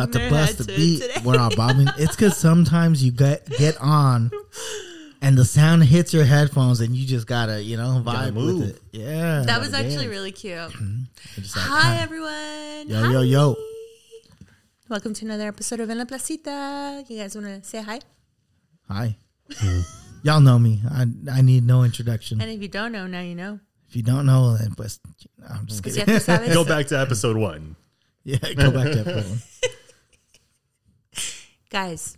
Ah, to the it beat today. we're not bobbing. It's because sometimes you get get on, and the sound hits your headphones, and you just gotta you know vibe Gotta with move. it. Yeah, That was actually really really cute. just like, Hi, hi. everyone. Yo, Hi. yo, yo. Welcome to another episode of En La Placita. You guys want to say hi? Hi. Y'all know me. I I need no introduction. And if you don't know, now you know. If you don't know, then pues, I'm just Because you kidding. have to sabes. Go back to episode one. Yeah, go back to that one. Guys,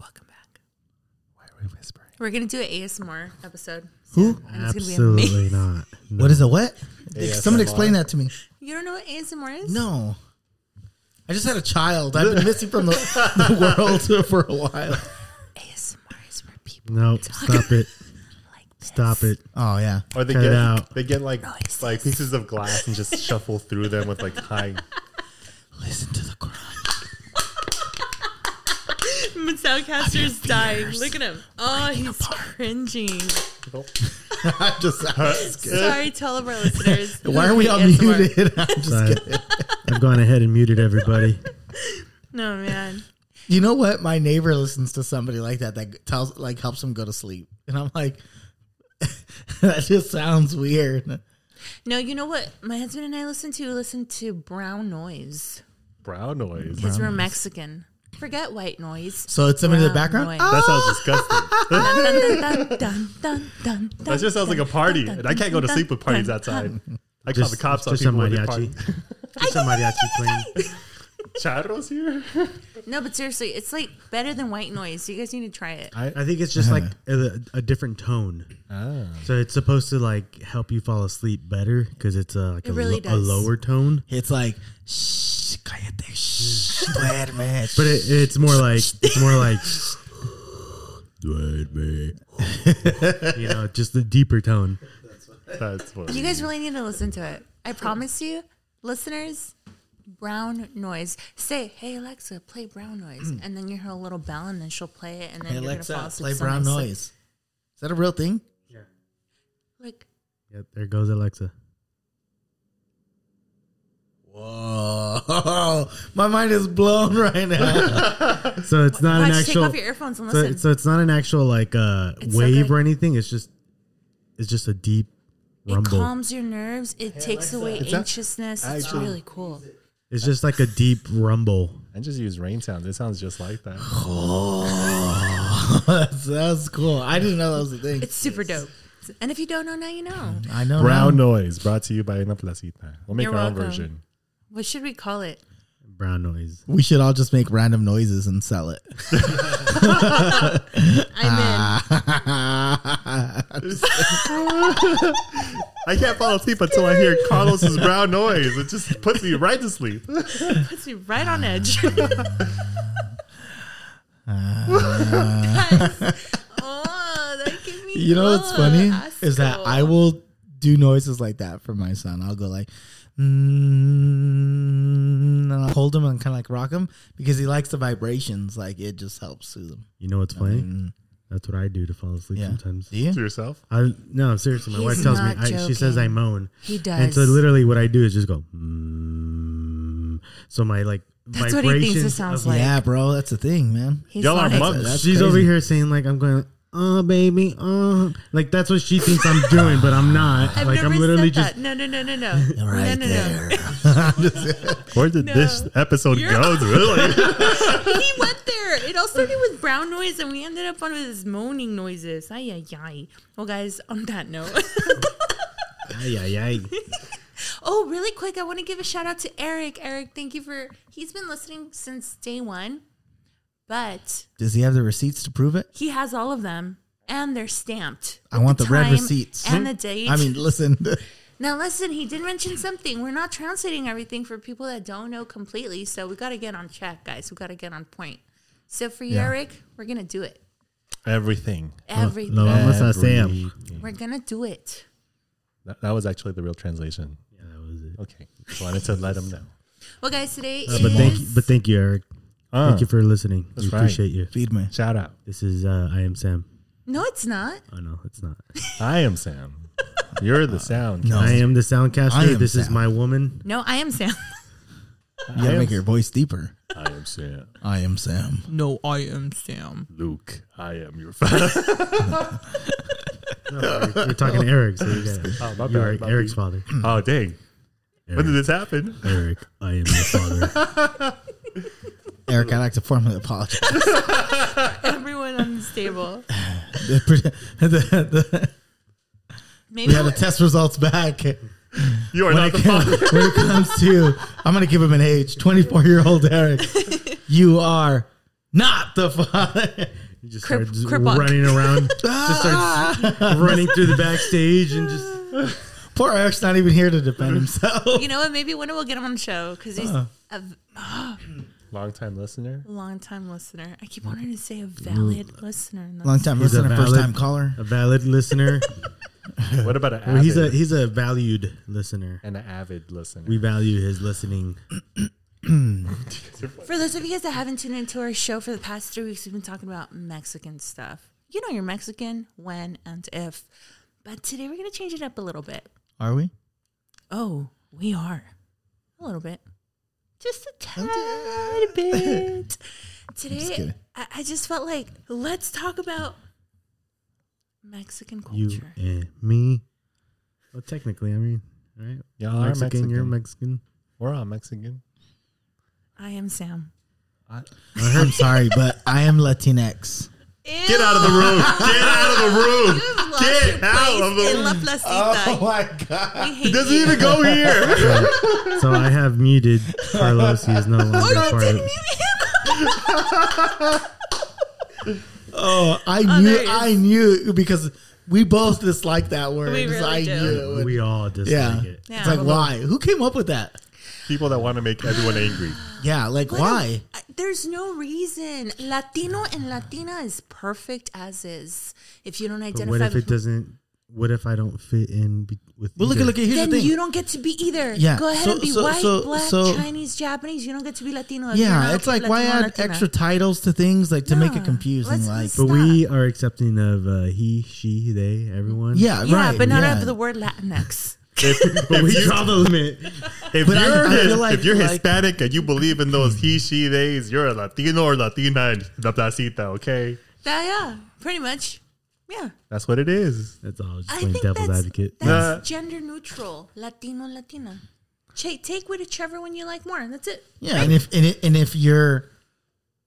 welcome back. Why are we whispering? We're going to do an ASMR episode. Who? And it's gonna be amazing. Absolutely not. What is a what? Someone ASMR. explain that to me. You don't know what ASMR is? No. I just had a child. I've been missing from the, the world for a while. ASMR is for people Nope. Stop it. like this. Stop it. Oh yeah. Or they Cut get it out. they get like Noises. like pieces of glass and just shuffle through them with like high. Listen to the cry. My Soundcaster's dying. Look at him. Oh, he's cringing. I'm just. Sorry, tell all of our listeners. Why are we all ASMR. muted? I'm just Sorry. kidding. I've gone ahead and muted everybody. No, man. You know what? My neighbor listens to somebody like that that tells like helps him go to sleep, and I'm like, that just sounds weird. No, you know what? My husband and I listen to listen to brown noise brown noise. because we're Mexican. Forget white noise. So it's somebody in the Brown background. noise. That sounds Dun, disgusting. dun, dun, dun, dun, dun, That just sounds like a party, dun, and I can't go to dun, sleep with dun, parties dun. outside. I call Just, the cops on just some people when they party. mariachi. Just some mariachi playing. Charros here. No, but seriously, it's like better than white noise. You guys need to try it. I think it's just like Uh-huh. a, a different tone. Oh. So it's supposed to like help you fall asleep better because it's uh, like It a, really lo- a does. lower tone. It's like shh, cállate, shh, duerme, shh." But it, it's more like it's more like you know just the deeper tone. That's what. You guys really need to listen to it. I promise you, listeners, brown noise. Say, hey, Alexa, play brown noise. And then you hear a little bell and then she'll play it. And then Hey you're going to fall Alexa, asleep. play so brown nicely. noise. Is that a real thing? Like, Yep, there goes Alexa. Whoa, my mind is blown right now. So it's not an watch, take actual. off your earphones and so, listen. so it's not an actual like uh, It's so wave good. or anything. It's just it's just a deep it rumble. calms your nerves. It takes away It's a- anxiousness. It's actually- really cool. it's just like a deep rumble. I just use rain sounds. It sounds just like that. that's, that's cool. I didn't know that was a thing. It's super dope. And if you don't know, now you know. I know. Brown now. noise brought to you by Una Placita. We'll make You're our own welcome. version. What should we call it? Brown noise. We should all just make random noises and sell it. I'm in. I can't fall asleep until I hear Carlos's brown noise. It just puts me right to sleep. Puts me right on edge. Guys, oh, that gave me You know what's Ah, funny goosebumps. is that I will do noises like that for my son. I'll go like, mm, and I'll hold him and kind of like rock him because he likes the vibrations. Like it just helps soothe him. You know what's funny? That's what I do to fall asleep Yeah. sometimes. Do you? To yourself. I no seriously. My He's wife tells me not I, she says I joking. moan. He And does. so literally, what I do is just go. Mm. So my like That's what he thinks it vibrations. sounds of- like. yeah, bro, that's the thing, man. He's Y'all are like- monkeys. That's She's crazy. over here saying like I'm going. Oh baby, oh, like that's what she thinks I'm doing, but I'm not. I've like never I'm literally said just that. No, no, no, no, no. no, Right no, there. Where did this episode You're- go? Really? no. He went there. It all started with brown noise, and we ended up on his moaning noises. Ay, ay, ay. Well, guys, on that note. Ay, ay, ay. Oh, really quick, I want to give a shout out to Eric. Eric, thank you for he's been listening since day one, but Does he have the receipts to prove it? he has all of them and they're stamped. I with want the red time receipts. Hmm? and the date. I mean, listen. now listen, he did mention something. We're not translating everything for people that don't know completely, so we got to get on track, guys. We got to get on point. So for you, Yeah. Eric, we're gonna do it. Everything. Everything. Lo vamos a hacer. Yeah, We're gonna do it. That, that was actually the real translation. that was it. Okay. Just wanted to let him know. Well, guys, today Uh, is but thank you, but thank you, Eric. Uh, Thank you for listening. We That's right. appreciate you. Feed me. Shout out. This is uh, I am Sam. no, it's not. Oh no, it's not. I am Sam. You're the sound. No. I am the soundcaster. I am this is Sam. my woman. No, I am Sam. You gotta make your voice deeper. I am Sam. I am Sam. No, I am Sam. Luke, I am your father. No, we're, we're talking Eric. So you Oh, got my you bad, are my Eric's beat. father. oh, dang. When did Eric, this happen? Eric, I am your father. Eric, I'd like to formally apologize. Everyone on this table. the, the, the, Maybe we had the test results back. You are When not it, the comes, father. when it comes to, I'm going to give him an age 24 year old Eric. You are not the father. He just Crip- starts cripple. running around, just Ah. starts running through the backstage and just Poor Eric's not even here to defend himself. you know what? Maybe one day we'll get him on the show because he's Uh. a v- Long time listener. long-time listener. I keep wanting to say a valid listener. and that's- Long time He's a listener, first valid- time caller. a valid listener. What about an Well, avid? he's a he's a valued listener. and an avid listener. We value his listening. For those of you guys that haven't tuned into our show for the past three weeks, we've been talking about Mexican stuff. You know you're Mexican when and if. But today we're going to change it up a little bit. Are we? Oh, we are. A little bit. Just a tad bit. Today, kidding. I, I just felt like let's talk about Mexican You culture. and me. Well, technically, I mean, right? Y'all are Mexican. You're Mexican. We're all Mexican. I am Sam. I, I'm sorry, but I am Latinx. get out of the room. Get out of the room. Get out of the In La room. Placita. my God. We hate It doesn't you. even go here. So I have muted Carlos. He is no Oh, longer you part didn't of. even. Oh, I there knew, it I knew because we both dislike that word. We really I do. knew. it would- We all dislike yeah. it. Yeah. it's like why? Who came up with that? People that want to make everyone angry. Yeah, like What a- why? I- there's no reason. Latino and Latina is perfect as is. If you don't But identify, what if it with- doesn't? What if I don't fit in be, with? Well, look at either? look at here's then the thing. you don't get to be either. Yeah, Go ahead so- and be so- white, so- black, so- Chinese, Japanese. You don't get to be Latino. if you're yeah, not it's like Latino, why add Latina. extra titles to things like to make Yeah, it confusing? let's- like let's- But we are accepting of uh, he, she, they, everyone. yeah, Yeah, right, but not yeah. over the word Latinx. If, But we if, you, draw the limit. if But I- you're, I his- feel like- if you're like- Hispanic and you believe in those he, she, theys, you're a Latino or Latina in La Placita, okay? yeah, yeah, pretty much. Yeah, That's what it is. That's all. I was Just I playing think devil's that's advocate. that's Nah. gender neutral. Latino, Latina. Ch- take whichever one you like more, and that's it. yeah, and if and, it, and if you're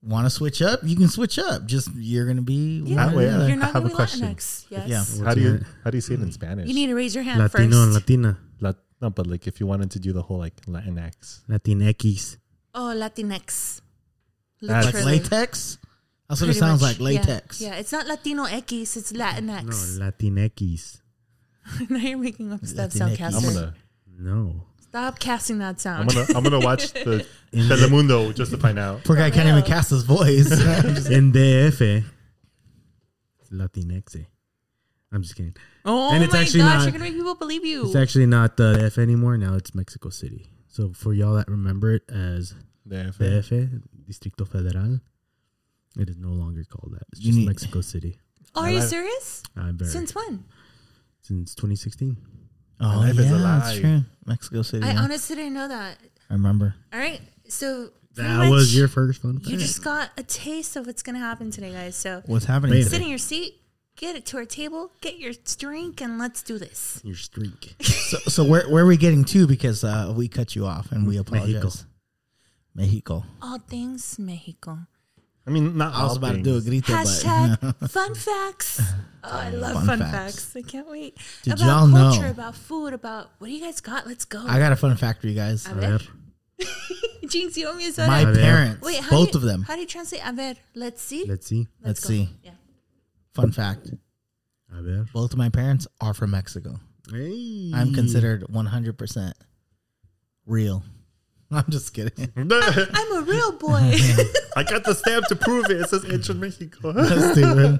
want to switch up, you can switch up. Just you're gonna be one Yeah. or the That way, uh, other. You're not have going a to be question. Latinx. Yes. Yeah. How do you What's how do you say Hmm. it in Spanish? You need to raise your hand Latino first. and Latina, Lat- no, but like if you wanted to do the whole like Latinx, Latinx. Oh, Latinx. That's- like Literally. latex. That's what Pretty it sounds much, like latex. Yeah, yeah, it's not Latino X, it's No, Latinx. Latinx. now you're making up stuff, Latinx. I'm Soundcaster. gonna No. Stop casting that I'm sound. gonna I'm gonna watch the Telemundo just to find out. Poor guy can't even cast his voice. In DF, it's Latinx. I'm just kidding. oh And it's my gosh, actually not- you're gonna make people believe you. It's actually not the DF anymore. Now it's Mexico City. So for y'all that remember it as The FA. DF, Distrito Federal, it is no longer called that. It's You just need- Mexico City. oh, are you I- serious? I'm very, Since since, when? 2016. oh life yeah, is a that's lie. true. Mexico City. I yeah. honestly didn't know that. I remember. All right, so pretty That was much your first fun fact. You just got a taste of what's gonna happen today, guys. So What's happening? Bam. today? sit in your seat, get it to our table, get your drink, and let's do this. Your streak. So, so where where are we getting to? Because uh, we cut you off and we apologize. Mexico. Mexico. All things Mexico. I mean, not I was all about things. to do a grito, but Hashtag fun facts. Oh, I love fun, Fun facts. facts. I can't wait. Did about y'all know- culture, about food, about what do you guys got? Let's go. I got a fun fact for you guys. a ver. Jinx, you owe me a soda. My ver. parents, wait, how both do you, of them. How do you translate? A ver, let's see. Let's see. Let's go. see. Yeah. Fun fact: A ver. both of my parents are from Mexico. Hey. I'm considered 100 percent real. I'm just kidding. I'm a real boy. I got the stamp to prove it. It says Intro Mexico. That's stupid.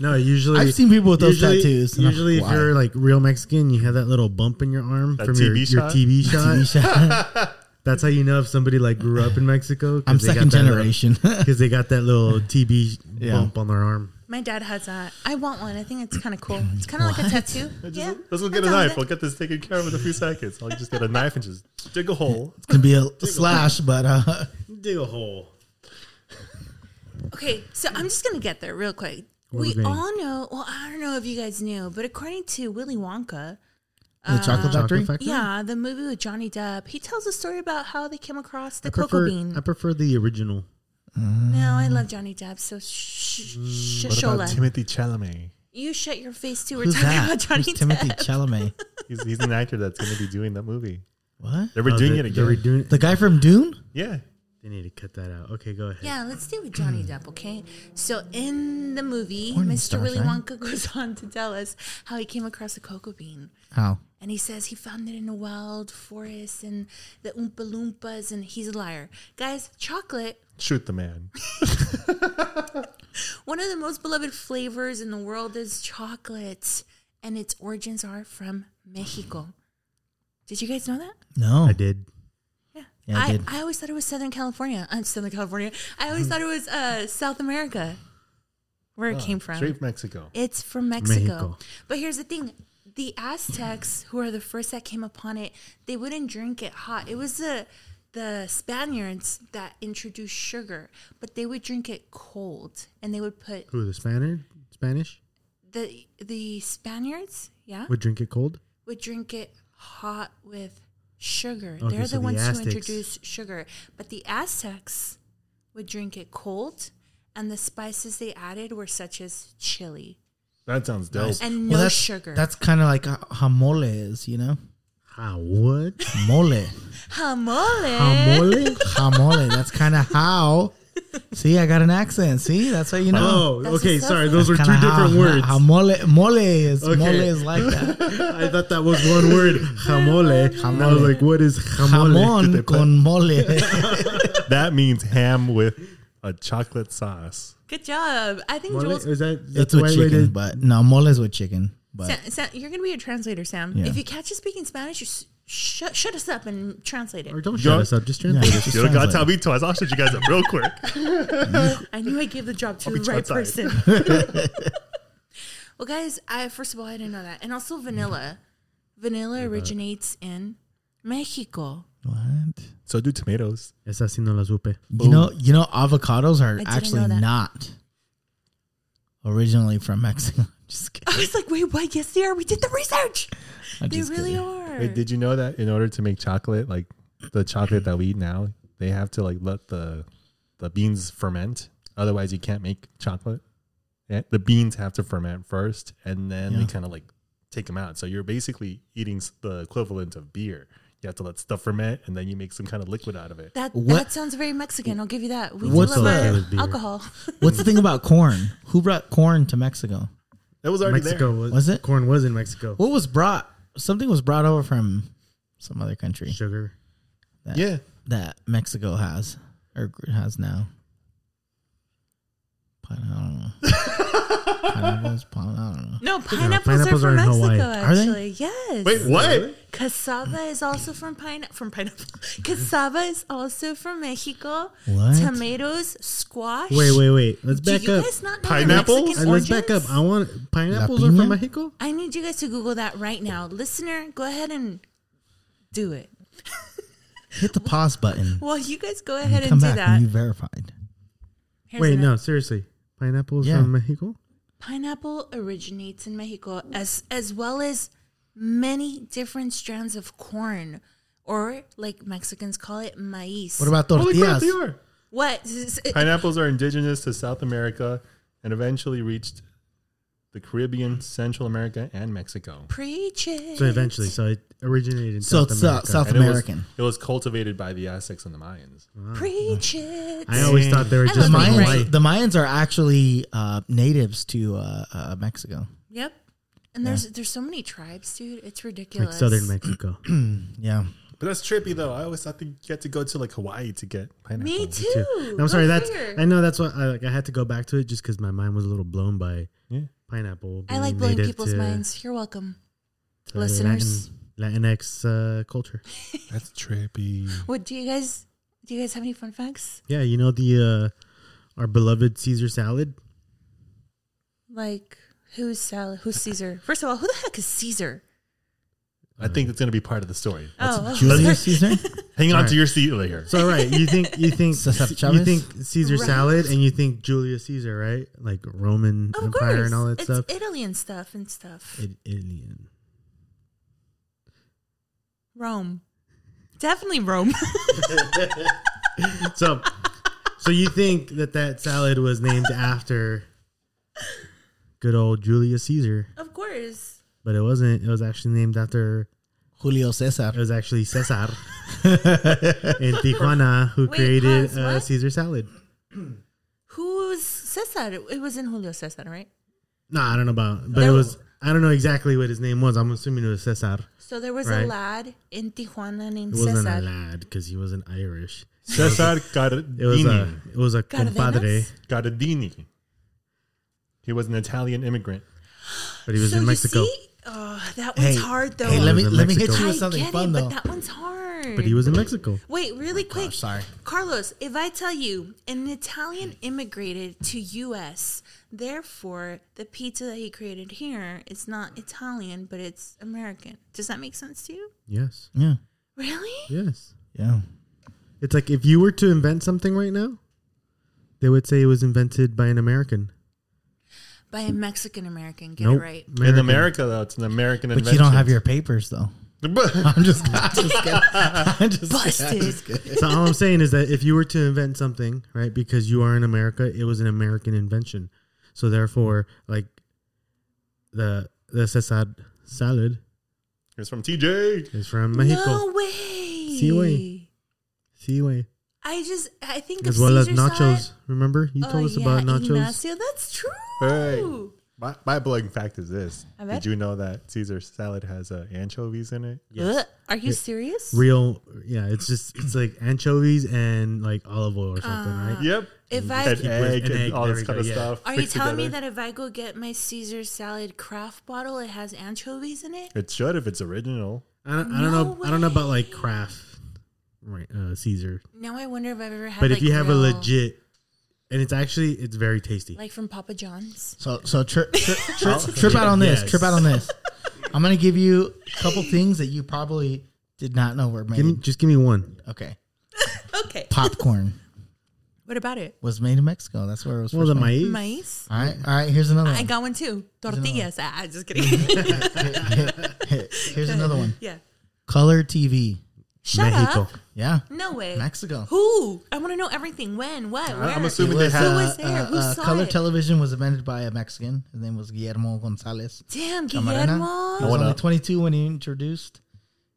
No, usually I've seen people with those usually, tattoos. and I'm Usually, if like, you're like real Mexican, you have that little bump in your arm That from your, TV your shot? TV shot. "Why?" That's how you know if somebody like grew up in Mexico. I'm second generation. because they got that little TB Yeah. bump on their arm. My dad has that. I want one. I think it's kind of cool. It's kind of like a tattoo. yeah. Let's go get a I'm down knife. with I'll it. get this taken care of in a few seconds. I'll just get a knife and just dig a hole. It's gonna be a slash, but uh, Dig a hole. Okay, so I'm just gonna get there real quick. What we was it? all know. Well, I don't know if you guys knew, but according to Willy Wonka, the Uh, chocolate factory. Chocolate factory? yeah, the movie with Johnny Depp, he tells a story about how they came across the I cocoa prefer, bean. I prefer the original. Uh, no, I love Johnny Depp. So shh, Mm, shh, Shola, Timothy Chalamet? you shut your face too. We're Who's talking that? about Johnny Who's Depp. Timothy Chalamet. He's, he's an actor that's going to be doing that movie. What? They're redoing it They're again. redoing it. The guy from Dune? yeah. They need to cut that out. Okay, go ahead. Yeah, let's do with Johnny Hmm. Depp, okay? So in the movie, Morning Mr. stars, Willy right? Wonka goes on to tell us how he came across a cocoa bean. Oh, And he says he found it in a wild forest and the Oompa Loompas, and he's a liar. Guys, chocolate, Shoot the man. one of the most beloved flavors in the world is chocolate, and its origins are from Mexico. Did you guys know that? no. I did. Yeah. Yeah, I I, did. Mm-hmm. I always thought it was Southern California. Uh, Southern California. I always thought it was uh, South America, where Oh, it came from. Straight from Mexico. It's from Mexico. Mexico. But here's the thing. The Aztecs, who are the first that came upon it, they wouldn't drink it hot. It was the the Spaniards that introduced sugar, but they would drink it cold and they would put Who, the Spaniard? Spanish? the the Spaniards, yeah, would, Would drink it cold? drink it hot with sugar. Okay, They're so the the ones who Aztecs- introduced sugar, but the Aztecs would drink it cold and the spices they added were such as chili That sounds dope. and no Well, that's, sugar. That's kind of like how- how mole is, you know? How what? Mole. Jamole. Eh. Amole? how mole. That's kind of how. See, I got an accent. See, that's how you know. Oh, That's okay. what's up. Sorry, those were two Kinda different how, words. How mole, mole is. Okay. Mole is like that. I thought that was one word. Jamole. And I was like, what is jamole? Jamon con mole. that means ham with a chocolate sauce. Good job. I think Mole? Jules, Is that it's that's the with right way chicken, to? but no, mole is with chicken. But Sa- Sa- you're going to be a translator, Sam. Yeah. If you catch us speaking Spanish, you s- sh- shut us up and translate Or it. don't shut Yeah. us up. Just yeah, translate it just You don't gotta sounds tell like- me twice. I'll shut you guys up real quick. I knew I gave the job to I'll be the right person. translating. well, guys, I first of all I didn't know that, and also vanilla. Vanilla originates in Mexico. What? So do tomatoes. it. Esa sí no la supe. You know, you know, avocados are didn't actually know that. not originally from Mexico. just kidding. I was like, wait, what? Yes, they are. We did the research. I'm They just really kidding. are. Wait, did you know that in order to make chocolate, like the chocolate that we eat now, they have to like let the the beans ferment. Otherwise, you can't make chocolate. Yeah, The beans have to ferment first, and then they Yeah. kind of like take them out. So you're basically eating s- the equivalent of beer. You have to let stuff ferment, and then you make some kind of liquid out of it. that What- that sounds very Mexican. I'll give you that. We do What's love the- our With beer. alcohol. What's the thing about corn? Who brought corn to Mexico? That was already Mexico was, Was it? Oh. Corn was in Mexico. What was brought? Something was brought over from some other country Sugar. that, there. Yeah, that Mexico has or has now. But I don't know. Pineapples, pine, I don't know. No, pineapples, pineapples are are from in Mexico. Hawaii. Are they? Actually, yes. Wait, what? Cassava is also from pine from pineapple. Cassava is also from Mexico. What? Tomatoes, squash. Wait, wait, wait. Let's Do back you up. guys not know Pineapples? pineapples? Uh, Let's back up. I want pineapples are piña? from Mexico. I need you guys to Google that right now, listener. Go ahead and do it. Hit the pause button. Well, you guys go ahead and Come do back that. when you verified. Here's Wait, an- no, seriously. Pineapples Yeah. from Mexico? Pineapple originates in Mexico as as well as many different strands of corn, or like Mexicans call it maíz. What about Holy tortillas? crap, they are. what? Is- is- Pineapples are indigenous to South America and eventually reached the Caribbean, Central America, and Mexico. Preach it. So eventually, so it originated in So South it's, uh, South- America. And it was- American. It was, cultivated by the Aztecs and the Mayans. Preach it. I always thought they were I just from love Mayans, Right. Hawaii. The Mayans are actually uh, natives to uh, uh, Mexico. Yep. And there's there's so many tribes, dude. It's Like ridiculous. southern Mexico. Yeah. But that's trippy, though. I always thought you had to go to like Hawaii to get pineapple. Me too. too. I'm Go sorry. That's figure. I know that's what I like. I had to go back to it just because my mind was a little blown by Yeah. pineapple. I like being blowing native people's to- uh, minds. You're welcome, to listeners. Latin, Latinx uh, culture. That's trippy. What do you guys do? You guys have any fun facts? Yeah, you know the uh, our beloved Caesar salad. Like who's Sal? Who's Caesar? First of all, who the heck is Caesar? I think it's going to be part of the story. Oh, Julius Caesar? Hang on Alright. to your seat later. So right, you think you think Cesar you Chavez? think Caesar Right. salad and you think Julius Caesar, right? Like Roman of Empire course, and all that it's stuff. Italy and stuff and stuff. It, Indian. Rome, definitely Rome. So, so you think that that salad was named after good old Julius Caesar, of course. but it wasn't. It was actually named after Julio Cesar. it was actually Cesar in Tijuana who Wait, created pause, uh, what? Caesar salad. Who's Cesar? It was in Julio Cesar, right? No, I don't know about, but it No. was. I don't know exactly what his name was. I'm assuming it was Cesar. So there was a Right. lad in Tijuana named It wasn't a Cesar. lad because he wasn't Irish. Cesar It was Gardini. a it was a Cardenas? compadre, Gardini. He was an Italian immigrant. but he was so in Mexico. you see, oh, that one's hard though. Hey, let me It was in let me hit Mexico. you I with something get fun it, though. but that onene's hard. But he was Oh in Mexico. Wait, really quick. gosh, sorry. Carlos, if I tell you an Italian immigrated to US, therefore the pizza that he created here is not Italian, but it's American. Does that make sense to you? Yes. Yeah, Really? Yes. yeah. It's like if you were to invent something right now, they would say it was invented by an American. By a Mexican American, get it Nope. right. In America, though, it's an American But you don't have your papers though. invention. I'm just, I'm just kidding. I'm just, I'm Busted. just kidding. So all I'm saying is that if you were to invent something, right, because you are in America, it was an American invention. So therefore, like the the Cesar salad It's from TJ. is from Mexico. No way. way. See way. I just I think As of well as Caesar nachos. salad- Remember? You told oh, us yeah, about nachos. Ignacio, that's true. Right. My, my blowing fact is this: I bet. Did you know that Caesar salad has uh, anchovies in it? Ugh, are you serious? real yeah it's just it's like anchovies and like olive oil or something Ah. right Yep. If Uh, I And egg and An egg, all there this we kind go, of yeah. stuff. Are you mixed telling me together. that if I go get my Caesar salad craft bottle, it has anchovies in it? it should if it's original? i don't, I don't No know i don't know about way. like craft right uh caesar Now I wonder if I've ever had. but like, if you have real- a legit and it's actually it's very tasty like from Papa John's. So so trip trip trip, trip out on this. Yes. Trip out on this. I'm gonna give you a couple things that you probably did not know were give me, Mm. made. just give me one Okay, Okay. popcorn What about it? was made in Mexico. That's where it was. well first the made. maíz Mice. All right, all right. Here's another I one. got one too. Tortillas. Ah, just kidding. Here's another one. yeah. Color TV. Shut Mexico. up. Yeah, No way. Mexico. Who? I want to know everything. When? What? Where? I'm assuming It they was, had. Who was there? Who saw color it? television was invented by a Mexican. His name was Guillermo Gonzalez. Damn, Camarena. He Guillermo. was wanna- only 22 when he introduced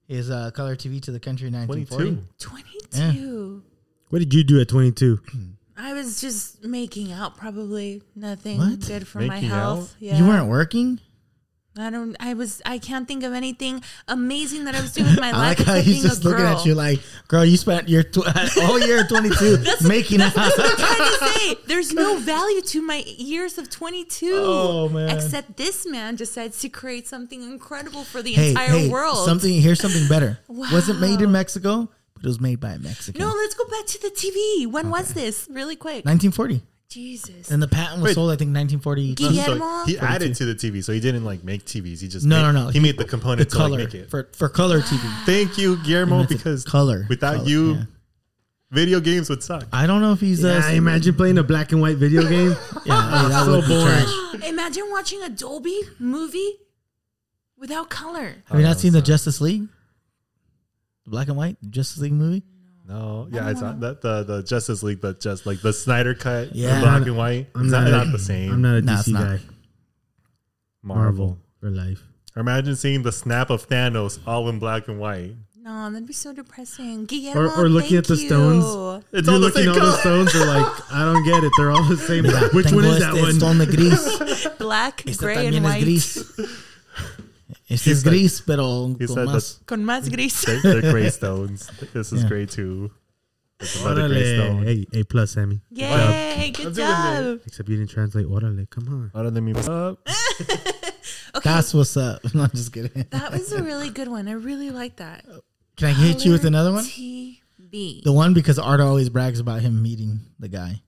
his uh, color TV to the country in 1940. 22. Twenty-two. what did you do at 22 I was just making out, probably nothing What? good for my Making health. Yeah. You weren't working? I don't. I was. I can't think of anything amazing that I was doing with my I life. like how except he's being a just looking at girl. you like, girl, you spent your tw- whole year at 22 making out. trying to say there's no value to my years of 22. Oh, man. Except this man decides to create something incredible for the Hey, entire hey, world. something, here's something better. Wasn't made in Wow. Mexico, but it was made by a Mexican. no, let's go back to the TV. When was this? Really quick. 1940. Jesus. And the patent was Wait. sold, I think, 1940. Guillermo. So he added to the TV, so he didn't like make TVs. He just No, made, no, no. He made the component the to like, color make it. for, for color TV. Thank you, Guillermo, invented because color. Without Color, you, yeah. video games would suck. I don't know if he's. yeah, Uh, imagine playing a black and white video game yeah, that so would be boring trash. Imagine watching a Dolby movie without color. Have you not seen the Justice League? The black and white Justice League movie? No, yeah, it's not that the the Justice League, but just like the Snyder cut, the Yeah. black and white. i'm it's not, not, a- not the same. i'm not a No, it's dc not. guy marvel for life Imagine seeing the snap of Thanos all in black and white. No, that'd be so depressing. Guillermo, or looking thank at the you. stones. It's You're all the looking same all the color. stones are like i don't get it they're all the same which Tengo one is este that one Stone gris. Black, Este gray, también and es white. gris. Este es said- gris, pero con He said más. the, Con más gris. the, the gray stones. This is Yeah. gray too. It's another gray Orale. stone. Hey, A plus, Sammy. Yay, I'm good doing it. job. Except you didn't translate orale. Come on. Other than me, what's up? That's what's up. No, I'm just kidding. That was a really good one. I really like that. Can I hit you with another one? TB. The one because Art always brags about him meeting the guy.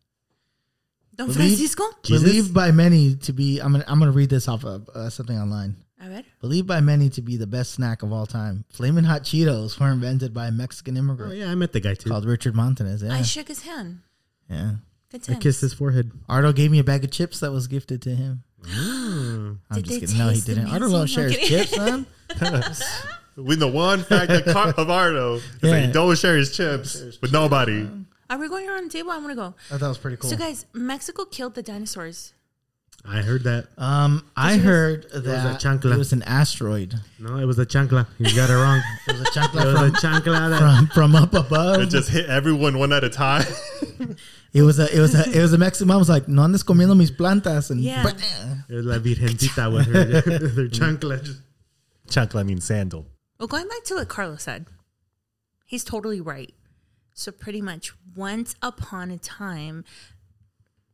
Don Believe- Francisco? Jesus? Believed by many to be. I'm gonna. I'm gonna read this off of uh, something online. A ver. Believed by many to be the best snack of all time. Flamin' hot Cheetos were invented by a Mexican Oh immigrant yeah, I met the guy too. called Richard Montanez. Yeah, I shook his hand. yeah. That's I him. kissed his forehead. Ardo gave me a bag of chips that was gifted to him. I'm Did just they kidding. No, he taste didn't. Ardo amazing? loves I'm shares kidding. chips, man. With the one fact of Car- of Ardo is that Yeah. he don't share his chips with nobody. Are we going around the table? I'm gonna go. I thought that was pretty cool. So guys, Mexico killed the dinosaurs. I heard that. Um, I heard a that chancla. it was an asteroid. No, it was a chancla. You got it wrong. It was a It chancla was a from, chancla. That, from from up It above. just hit everyone one at a time. It was a it was a it was a Mexican mom was like, "No andes comiendo mis plantas," and Yeah. bam. It was La Virgencita with her, their chancla. Just- Chancla means sandal. Well, going back to what Carlos said, he's totally right. So pretty much, once upon a time,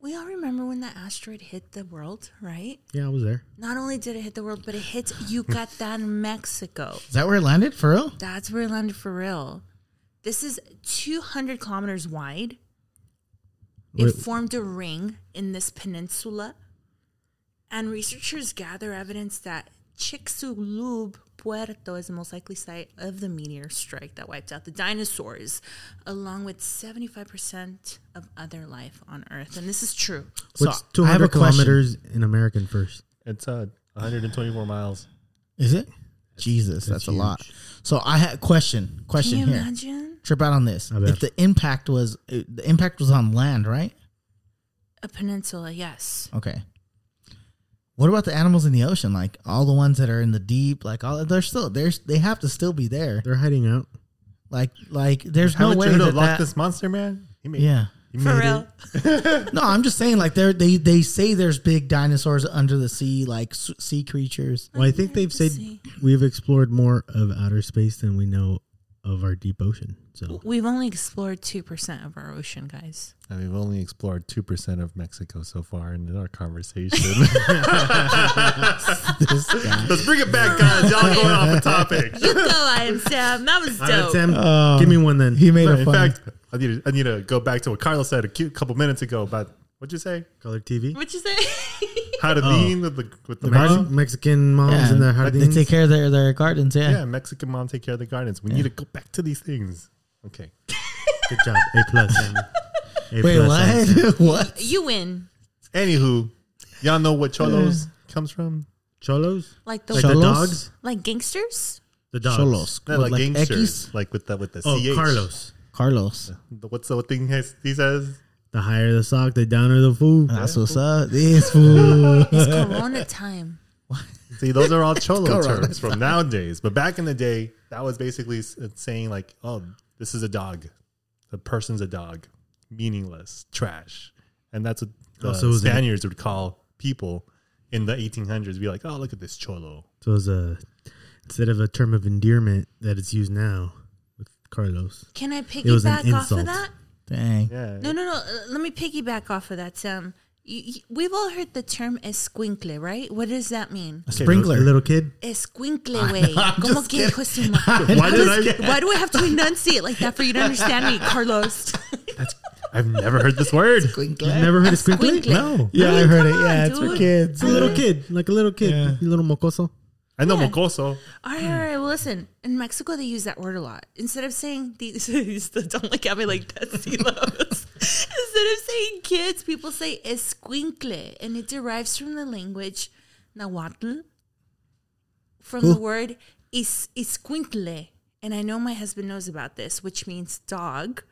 we all remember when that asteroid hit the world, right? Yeah, I was there. Not only did it hit the world, but it hit Yucatan, Mexico. is that where it landed for real? That's where it landed for real. This is 200 kilometers wide. It Wait. formed a ring in this peninsula, and researchers gather evidence that Chicxulub, Puerto is the most likely site of the meteor strike that wiped out the dinosaurs, along with 75% of other life on Earth. And this is true. So, What's I have a 200 question. kilometers in American first? It's uh, 124 miles. Is it? Jesus, that's, a lot. huge. So I had question Can question you here. imagine Trip out on this. I bet. If the impact was it- the impact was on land, right? a peninsula? Yes. Okay. What about the animals in the ocean? Like all the ones that are in the deep, like all they're still there's they have to still be there. They're hiding out. Like like there's no Haven't way you heard of that, Loch that Ness monster, man? He made, yeah. he For made real. it. No, I'm just saying like they they they say there's big dinosaurs under the sea, like s- sea creatures. Well, I think they've said see. we've explored more of outer space than we know of our deep ocean. So We've only explored 2% of our ocean, guys. And we've only explored 2% of Mexico so far in our conversation. This guy. Let's bring it back, guys. Y'all going off the topic. You go, I am Sam. That was All right, dope. Sam, give me one then. He made No, a in funny. fact, I need, to, I need to go back to what Carlos said a cute couple minutes ago about what'd you say? Color TV. What you say? How to lean with the with Oh. the, The mom? Mex- Mexican moms yeah, and the but they jardins. take care of their, their gardens. Yeah. Yeah, Mexican mom take care of the gardens. We need to go back to these things. Okay, Good job. A plus. Sam. A Wait, Sam. what? what? You win. Anywho, y'all know what cholos comes from? Cholos? Like the Like like, the Cholos? dogs? gangsters? The dogs. Cholos. Not What, like, gangsters, X? like with the with the Oh, ch. Carlos. Carlos. The- What's the thing he has- he says? The higher the sock, the downer the food. That's what's up. This fool. It's corona time. See, those are all cholo Go around. terms from nowadays. But back in the day, that was basically s- uh, saying like, "Oh, this is a dog. The person's a dog. Meaningless, trash." And that's what the Oh, so it was a- Spaniards would call people in the 1800s. Be like, "Oh, look at this cholo." So it's a, instead of a term of endearment that it's used now with Carlos. Can I was an piggyback off of insult. that? Dang. Yeah. No, no, no. Uh, Let me piggyback off of that, Sam. You, you, we've all heard the term escuincle, right? What does that mean? A A sprinkler. little kid. Escuincle way. Como que hijo su madre. Why did I? Why do I have to enunciate like that for you to understand me, Carlos? I've never heard this word. You've never heard of squinkly? Squinkly. No. yeah, I Really? heard Come it. Yeah, on, it's dude. for kids. A little kid. Like a little kid. Yeah. A little mocoso. I know Yeah. mocoso. All right, all right. Well, listen. In Mexico, they use that word a lot. Instead of saying these, don't look at me like that, Silos. Instead of saying kids, people say escuincle, and it derives from the language Nahuatl, from the word is escuincle. And I know my husband knows about this, which means dog.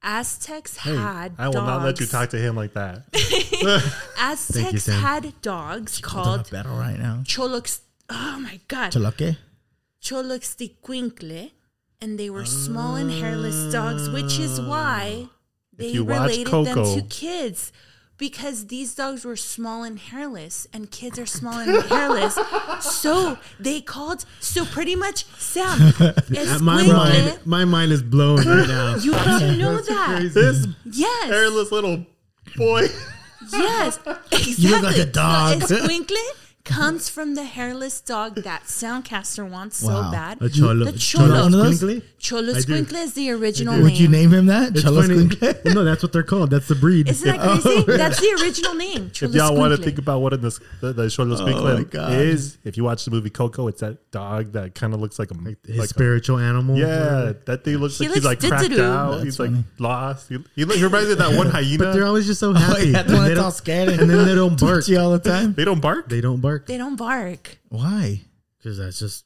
Aztecs had I will not let you dogs. talk to him like that. Aztecs Sam. had dogs Called called battle right now. Cholox. Oh my god. Choloque. Choloxticuincle, and they were small and hairless dogs, which is why they you watch related them Coco- to kids because these dogs were small and hairless, and kids are small and hairless. so they called. So pretty much, Sam, Uh, my mind, Escuincle, my mind is blown right now. you didn't know that. this Yes, hairless little boy. yes, exactly. look like a dog. So escuincle comes from the hairless dog that Soundcaster wants so Wow. bad. A cholo. The One of Cholo those? squinkly? Cholo I do. Squinkle is the original name. Would you name him that? It's Cholo funny. Squinkle? Well, no, that's what they're called. That's the breed. Isn't that crazy? That's the original name. Cholo If y'all want to Squinkle. think about what in this, the, the short little Oh my clip God. is, if you watch the movie Coco, it's that dog that kind of looks like a Like his like a- spiritual animal. yeah, that thing looks He like he's like looks cracked didderoo. out. That's he's like funny. lost. He, he, look- he reminds me of that one But they're hyena. always just so happy. Oh, yeah, the and, one they that's all don't, scared and then they don't bark. Barks you all the time. They don't bark. They don't bark. they don't bark. Why? Because that's just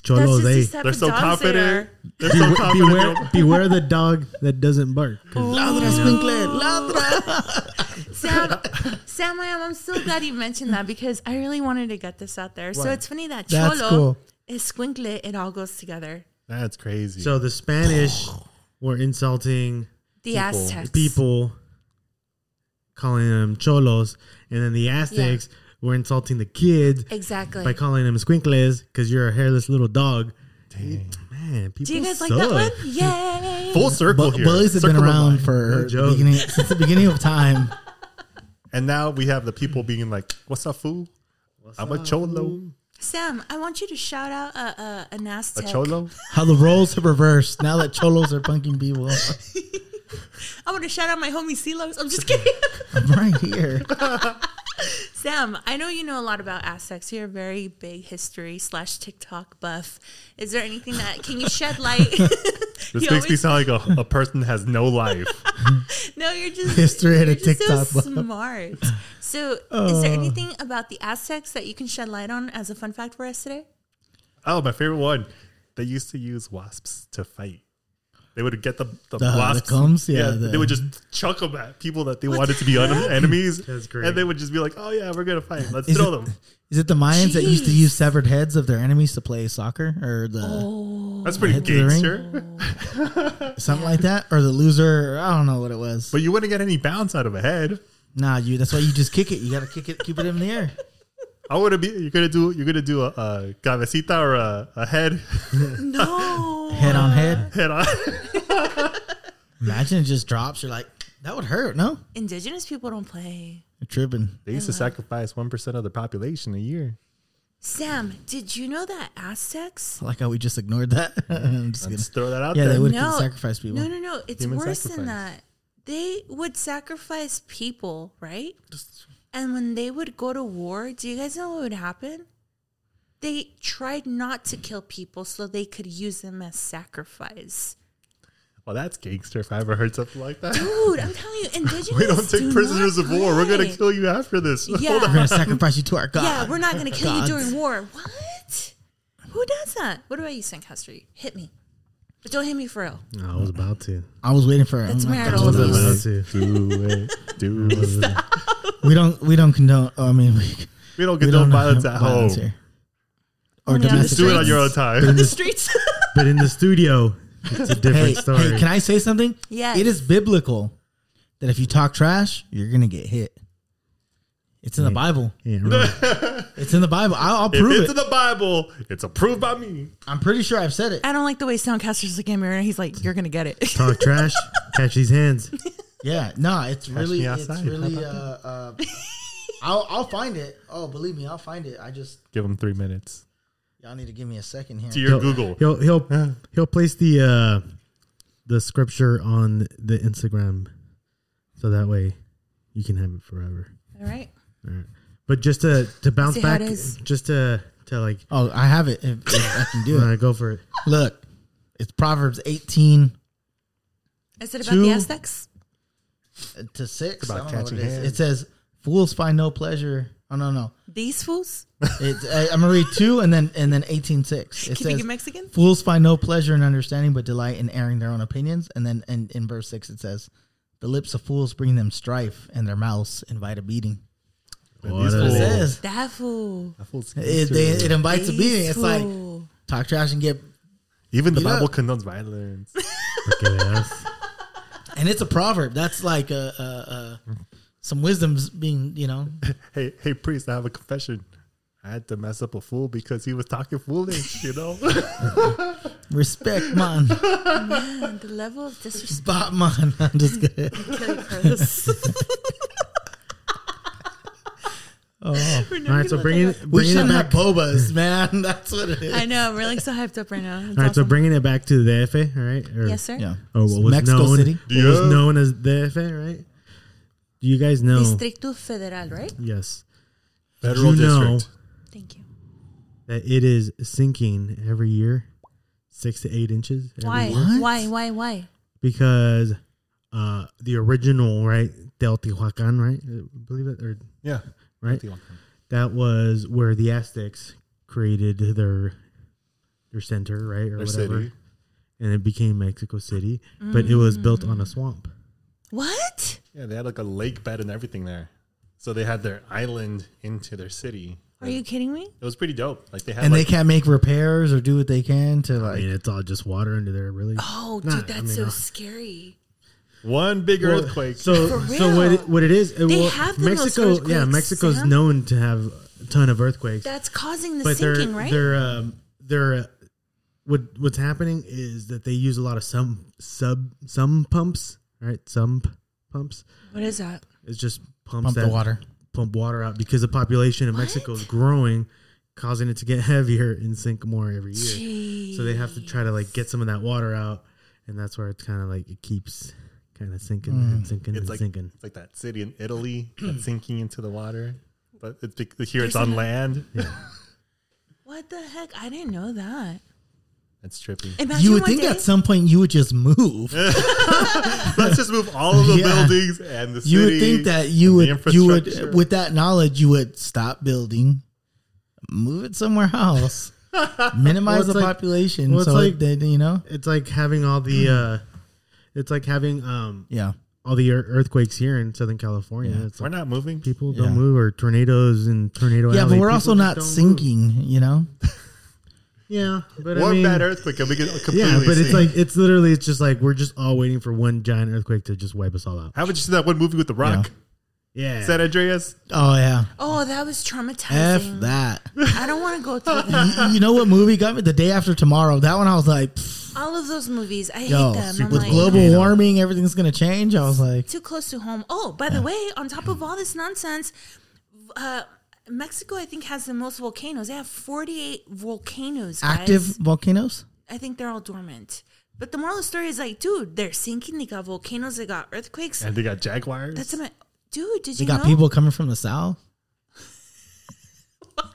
That's cholos. just these They type They're of so dogs They confident. are. They're so confident. they beware, don't- beware the dog that doesn't bark. 'Cause Ladra Squinkle, ladra. Sam, Sam, I am. I'm so glad you mentioned that because I really wanted to get this out there. So it's funny that That's cholo cool. is squinkle. It all goes together. That's crazy. So the Spanish were insulting The Aztecs. people, calling them cholos, and then the Aztecs were insulting the kids Exactly. by calling them squinkles because you're a hairless little dog. Man, people Do you guys suck. like that one? Yay! full circle Bu- here. bullies have been Circle of around life. for No the joke. beginning, since the beginning of time. and now we have the people being like, "What's up, fool? I'm a cholo, Sam, I want you to shout out a, a, an a Aztec. cholo." How the roles have reversed now that cholos are punking people. I want to shout out my homie Silos. I'm just kidding. I'm right here. Sam, I know you know a lot about Aztecs. You're a very big history slash TikTok buff. Is there anything that can you shed light? This You makes me always- sound like a, a person has no life. No, you're just History and you're a just TikTok So buff. Oh. smart. So, is there anything about the Aztecs that you can shed light on as a fun fact for us today? Oh, my favorite one. They used to use wasps to fight. They would get the the, the wasps. combs? Yeah, the- they would just chuck them at people that they wanted to be un- enemies. That's great. And they would just be like, "Oh yeah, we're gonna fight. Let's Is throw it- them." Is it the Mayans that used to Jeez. use severed heads of their enemies to play soccer or the That's pretty Head to the ring? gangster. something like that or the loser? I don't know what it was. But you wouldn't get any bounce out of a head. nah, you. That's why you just kick it. You gotta kick it, keep it in the air. I want to be. You're gonna do. You're gonna do a, a cabecita or a, a head No. Head on head. head on. Imagine it just drops. You're like, that would hurt. No, Indigenous people don't play. you're tripping. They used to sacrifice one percent of the population a year. Sam, did you know that Aztecs? I like how we just ignored that. I'm just gonna, Let's throw that out yeah, there. they would No. sacrifice people. No, no, no. It's Human worse than sacrifice. that. They would sacrifice people, right? And when they would go to war, do you guys know what would happen? They tried not to kill people so they could use them as sacrifice. Well, that's gangster. If I ever heard something like that, Dude, I'm telling you, indigenous. we don't do take not prisoners of war. We're gonna play. kill you after this. Yeah, We're gonna sacrifice you to our god. yeah, we're not gonna kill Gods. you during war. What? Who does that? What about you, Sancaster? Hit me, but don't hit me for real. No, I was about to. I was waiting for it. Oh That's I'm not marital gonna do abuse. that. Do it. Do it. We don't. We don't condone. I mean, we, We don't we condone don't violence at violence home. here. or Only on the domestic. streets. Do it on your own time. The streets. But in the studio, it's a different hey, story. hey, can I say something? Yes. It is biblical that if you talk trash, you're gonna get hit. It's in the Bible. Yeah, right. It's in the Bible. I'll, I'll If prove it. it's in the Bible, it's approved by me. I'm pretty sure I've said it. I don't like the way Soundcaster's looking at me. right now. He's like, "You're gonna get it." Talk trash, catch these hands. Yeah. No, it's really. me It's outside. really. Uh, uh, I'll I'll find it. Oh, believe me, I'll find it. I just Give them three minutes. y'all need to give me a second To here. your Google. He'll he'll he'll place the uh the scripture on the Instagram, so that way you can have it forever. All right. But just to to bounce See how it back, is. just to to like Oh, I have it. If, if I can do it. uh, go for it. Look, it's Proverbs 18 Is it about Two. the Aztecs? to six. about I don't know what catching it, is. hands. it says, "Fools find no pleasure." Oh no no. These fools? It's, I, I'm gonna read two and then and then eighteen six. It Can you says, get Mexican? "Fools find no pleasure in understanding, but delight in airing their own opinions." And then in, in verse six it says, "The lips of fools bring them strife, and their mouths invite a beating." These What It Cool. fools- says That fool. that fool's it, they, it invites a These beating. It's like fool. talk trash and get, Even the You know- Bible condones violence. Look at us. and it's a proverb. That's like a, a, a some wisdom's being you know hey, hey, priest, I have a confession. I had to mess up a fool because he was talking foolish, you know? respect man, Man, the level of disrespect. spot man. I'm just kidding. for this. Oh. We're not All right, gonna so let bringing that We bringing should it have back. bobas, man. That's what it is. go. I know. We're like so hyped up right now. It's All right, so awesome. bringing it back to the DF, all right? Or, Yes, sir. Yeah. Or Oh, what was Mexico known, City. What was Yeah. known as DF, right? Do you guys know? Distrito Federal, right? Yes, Federal You know- district. Thank you. that it is sinking every year, six to eight inches. every Why? year. What? Why? Why? Why? Because uh, the original, right, Teotihuacan, right? I believe it or Yeah. right? That was where the Aztecs created their their center, right, or Their whatever, city. and it became Mexico City. But it was built on a swamp. What? Yeah, they had like a lake bed and everything there. So they had their island into their city. Are you kidding me? It was pretty dope. Like they had And like, they can't make repairs or do what they can to I like. mean, it's all just water under there, really. Oh, Nah, dude, that's I mean, so uh, scary. one big Well, earthquake. So, For so what? real? It, what it is? It, They well, have the most Mexico. yeah, earthquakes, Mexico's Sam. known to have a ton of earthquakes, That's causing the but they're sinking, right? they're um, they're uh, what what's happening is that they use a lot of some sub some pumps, right? Some p- pumps. what is that? It's just pumps Pump that the water. pump water out because the population of Mexico is growing, causing it to get heavier and sink more every year. So they have to try to like get some of that water out, and that's where it's kind of like it keeps kind of sinking Mm. and sinking it's and like sinking. it's like that city in Italy that's sinking into the water. But it's bec- here There's it's on another- land. What the heck? I didn't know that. That's trippy. Imagine You would one think day- at some point you would just move. Let's just move all of the Yeah. buildings and the city. you would think that you and the would you would infrastructure. with that knowledge you would stop building, move it somewhere else, minimize Well, it's the like- population. well, it's so like- like, then you know, It's like having all the uh, it's like having um yeah, all the ear- earthquakes here in Southern California. Yeah. It's We're like not moving. people don't Yeah. move or tornadoes and tornado. yeah. alley, But we're people also just not don't move. sinking. You know, Yeah, but I One mean, bad earthquake and we can completely yeah, but it's sink. like it's literally it's just like we're just all waiting for one giant earthquake to just wipe us all out. how about you see that one movie with the Rock, Yeah, San Andreas? oh yeah, Oh, that was f traumatizing. that. I don't want to go through that. You- you know what movie got me? The day after tomorrow. That one I was like, pfft, all of those movies. I yo, hate them. I'm with like, global warming, everything's gonna change. I was like, too close to home. Oh, by the way, on top of all this nonsense, uh, Mexico, I think, has the most volcanoes. They have 48 volcanoes. guys. active volcanoes. I think they're all dormant. But the moral of the story is like, dude, they're sinking. They got volcanoes. They got earthquakes. And they got jaguars. That's a dude. Did They you got know? people coming from the south.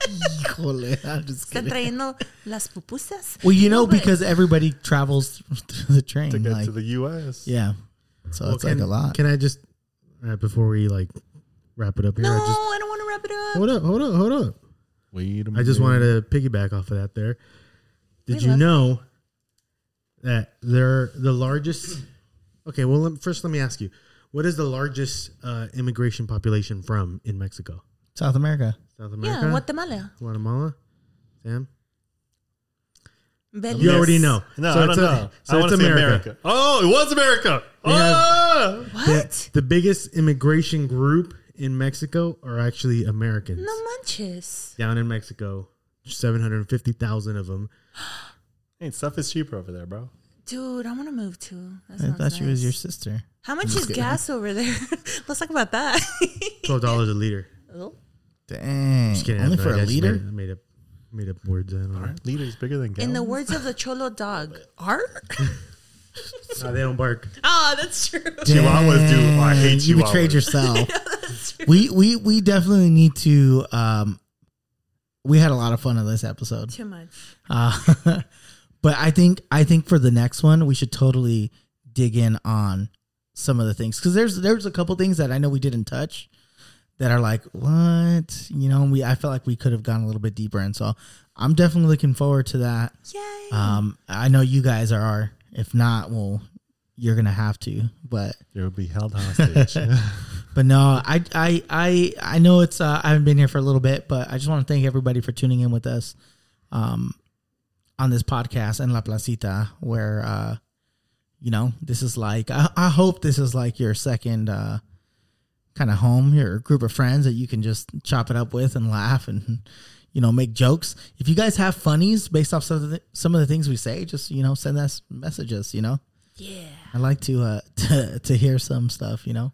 Híjole, I'm just Están kidding. trayendo las pupusas. Well, you know, No, but- because everybody travels through the train. to get like, to the U.S. yeah. So Well, it's like can- a lot. Can I just all right, before we like wrap it up here? No, I just I don't want to wrap it up. hold up, hold up, hold up. Wait a minute. I just wanted to piggyback off of that. There, did We you love- know that they're the largest? Okay, well, let, first let me ask you, what is the largest uh, immigration population from in Mexico? South America. South yeah, America, Guatemala. Guatemala, Sam. Belize. You already know. No, So I it's don't a- know. so I it's want to say America. America. Oh, it was America. have- Oh, What? The- The, biggest immigration group in Mexico are actually Americans. No manches. Down in Mexico, 750,000 of them. hey, stuff is cheaper over there, bro. Dude, I want to move too. That I sounds thought she was nice. your sister. How much is gas over there? Let's talk about that. $12 a liter. Oh, Dang. Just kidding. Only I- for I a just liter? Made, I made up, made up words. I don't know. Leader's bigger than In the gallons. words of the Cholo dog, art? No, they don't bark. Ah, that's true. Chihuahuas do. Oh, I hate Dang, You betrayed Chihuahuas. yourself. we, we, we definitely need to. Um, we had a lot of fun on this episode. Too much. Uh, but I think I think for the next one we should totally dig in on some of the things because there's there's a couple things that I know we didn't touch that are like what you know and we I felt like we could have gone a little bit deeper and so I'm definitely looking forward to that. Yay. Um, I know you guys are. If not, well, you're gonna have to. But You'll be held hostage. but no, I I I I know it's uh, I haven't been here for a little bit, but I just want to thank everybody for tuning in with us um on this podcast and La Placita where uh you know, this is like I, I hope this is like your second uh kind of home, your group of friends that you can just chop it up with and laugh and you know, make jokes. If you guys have funnies based off some of the, some of the things we say, just you know, send us messages, you know. yeah. I like to uh to, to hear some stuff, you know.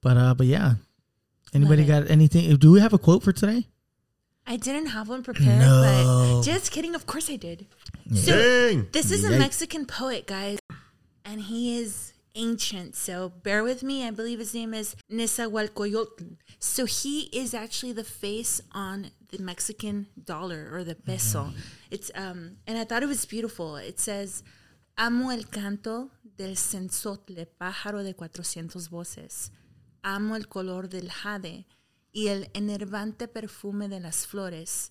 But uh but yeah. Anybody Love got anything? Do we have a quote for today? I didn't have one prepared, No. but just kidding. Of course I did. So Dang. this is a Yikes. Mexican poet, guys, and he is ancient. So bear with me. I believe his name is Nezahualcoyotl. So he is actually the face on the Mexican dollar or the peso. It's um, and I thought it was beautiful. It says, "Amo el canto del sensotle, pájaro de cuatrocientos voces." Amo el color del jade y el enervante perfume de las flores,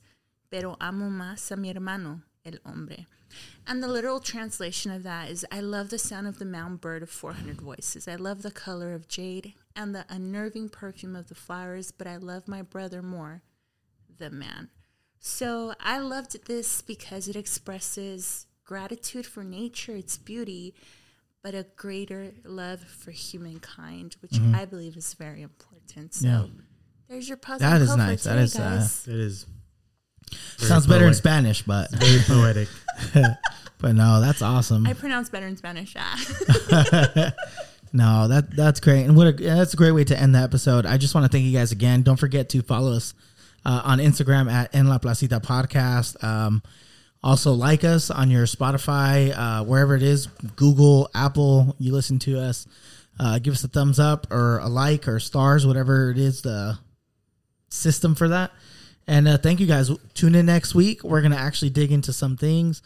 pero amo más a mi hermano, el hombre. And the literal translation of that is I love the sound of the mound bird of 400 voices. I love the color of jade and the unnerving perfume of the flowers, but I love my brother more, the man. So I loved this because it expresses gratitude for nature, its beauty, but a greater love for humankind, which I believe is very important. So Mm-hmm. Yeah. there's your puzzle. That is code for nice. That today, is, uh, guys. It is Sounds better in poetic. Spanish, but very poetic. but no, that's awesome. I pronounce better in Spanish. uh. Yeah. No, that that's great, and what a, that's a great way to end the episode. I just want to thank you guys again. Don't forget to follow us uh, on Instagram at En La Placita Podcast. Um, also, like us on your Spotify, uh, wherever it is, Google, Apple. You listen to us. Uh, give us a thumbs up or a like or stars, whatever it is the system for that. And uh, thank you guys. Tune in next week. We're gonna actually dig into some things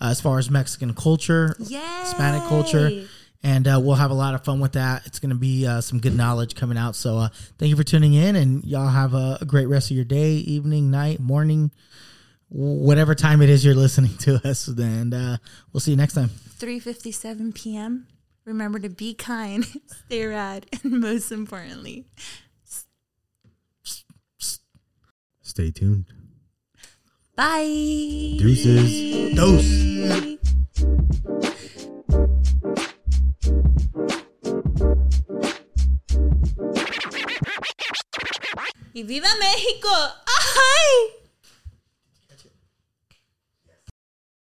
uh, as far as Mexican culture, Hispanic culture, Yay. and uh, we'll have a lot of fun with that. It's going to be uh, some good knowledge coming out. So uh, thank you for tuning in, and y'all have a, a great rest of your day, evening, night, morning, wh- whatever time it is you're listening to us. And uh, we'll see you next time. 3:57 p.m. Remember to be kind, stay rad, and most importantly, Stay tuned. bye. Deuces. Dose. Y viva México! ¡Ay!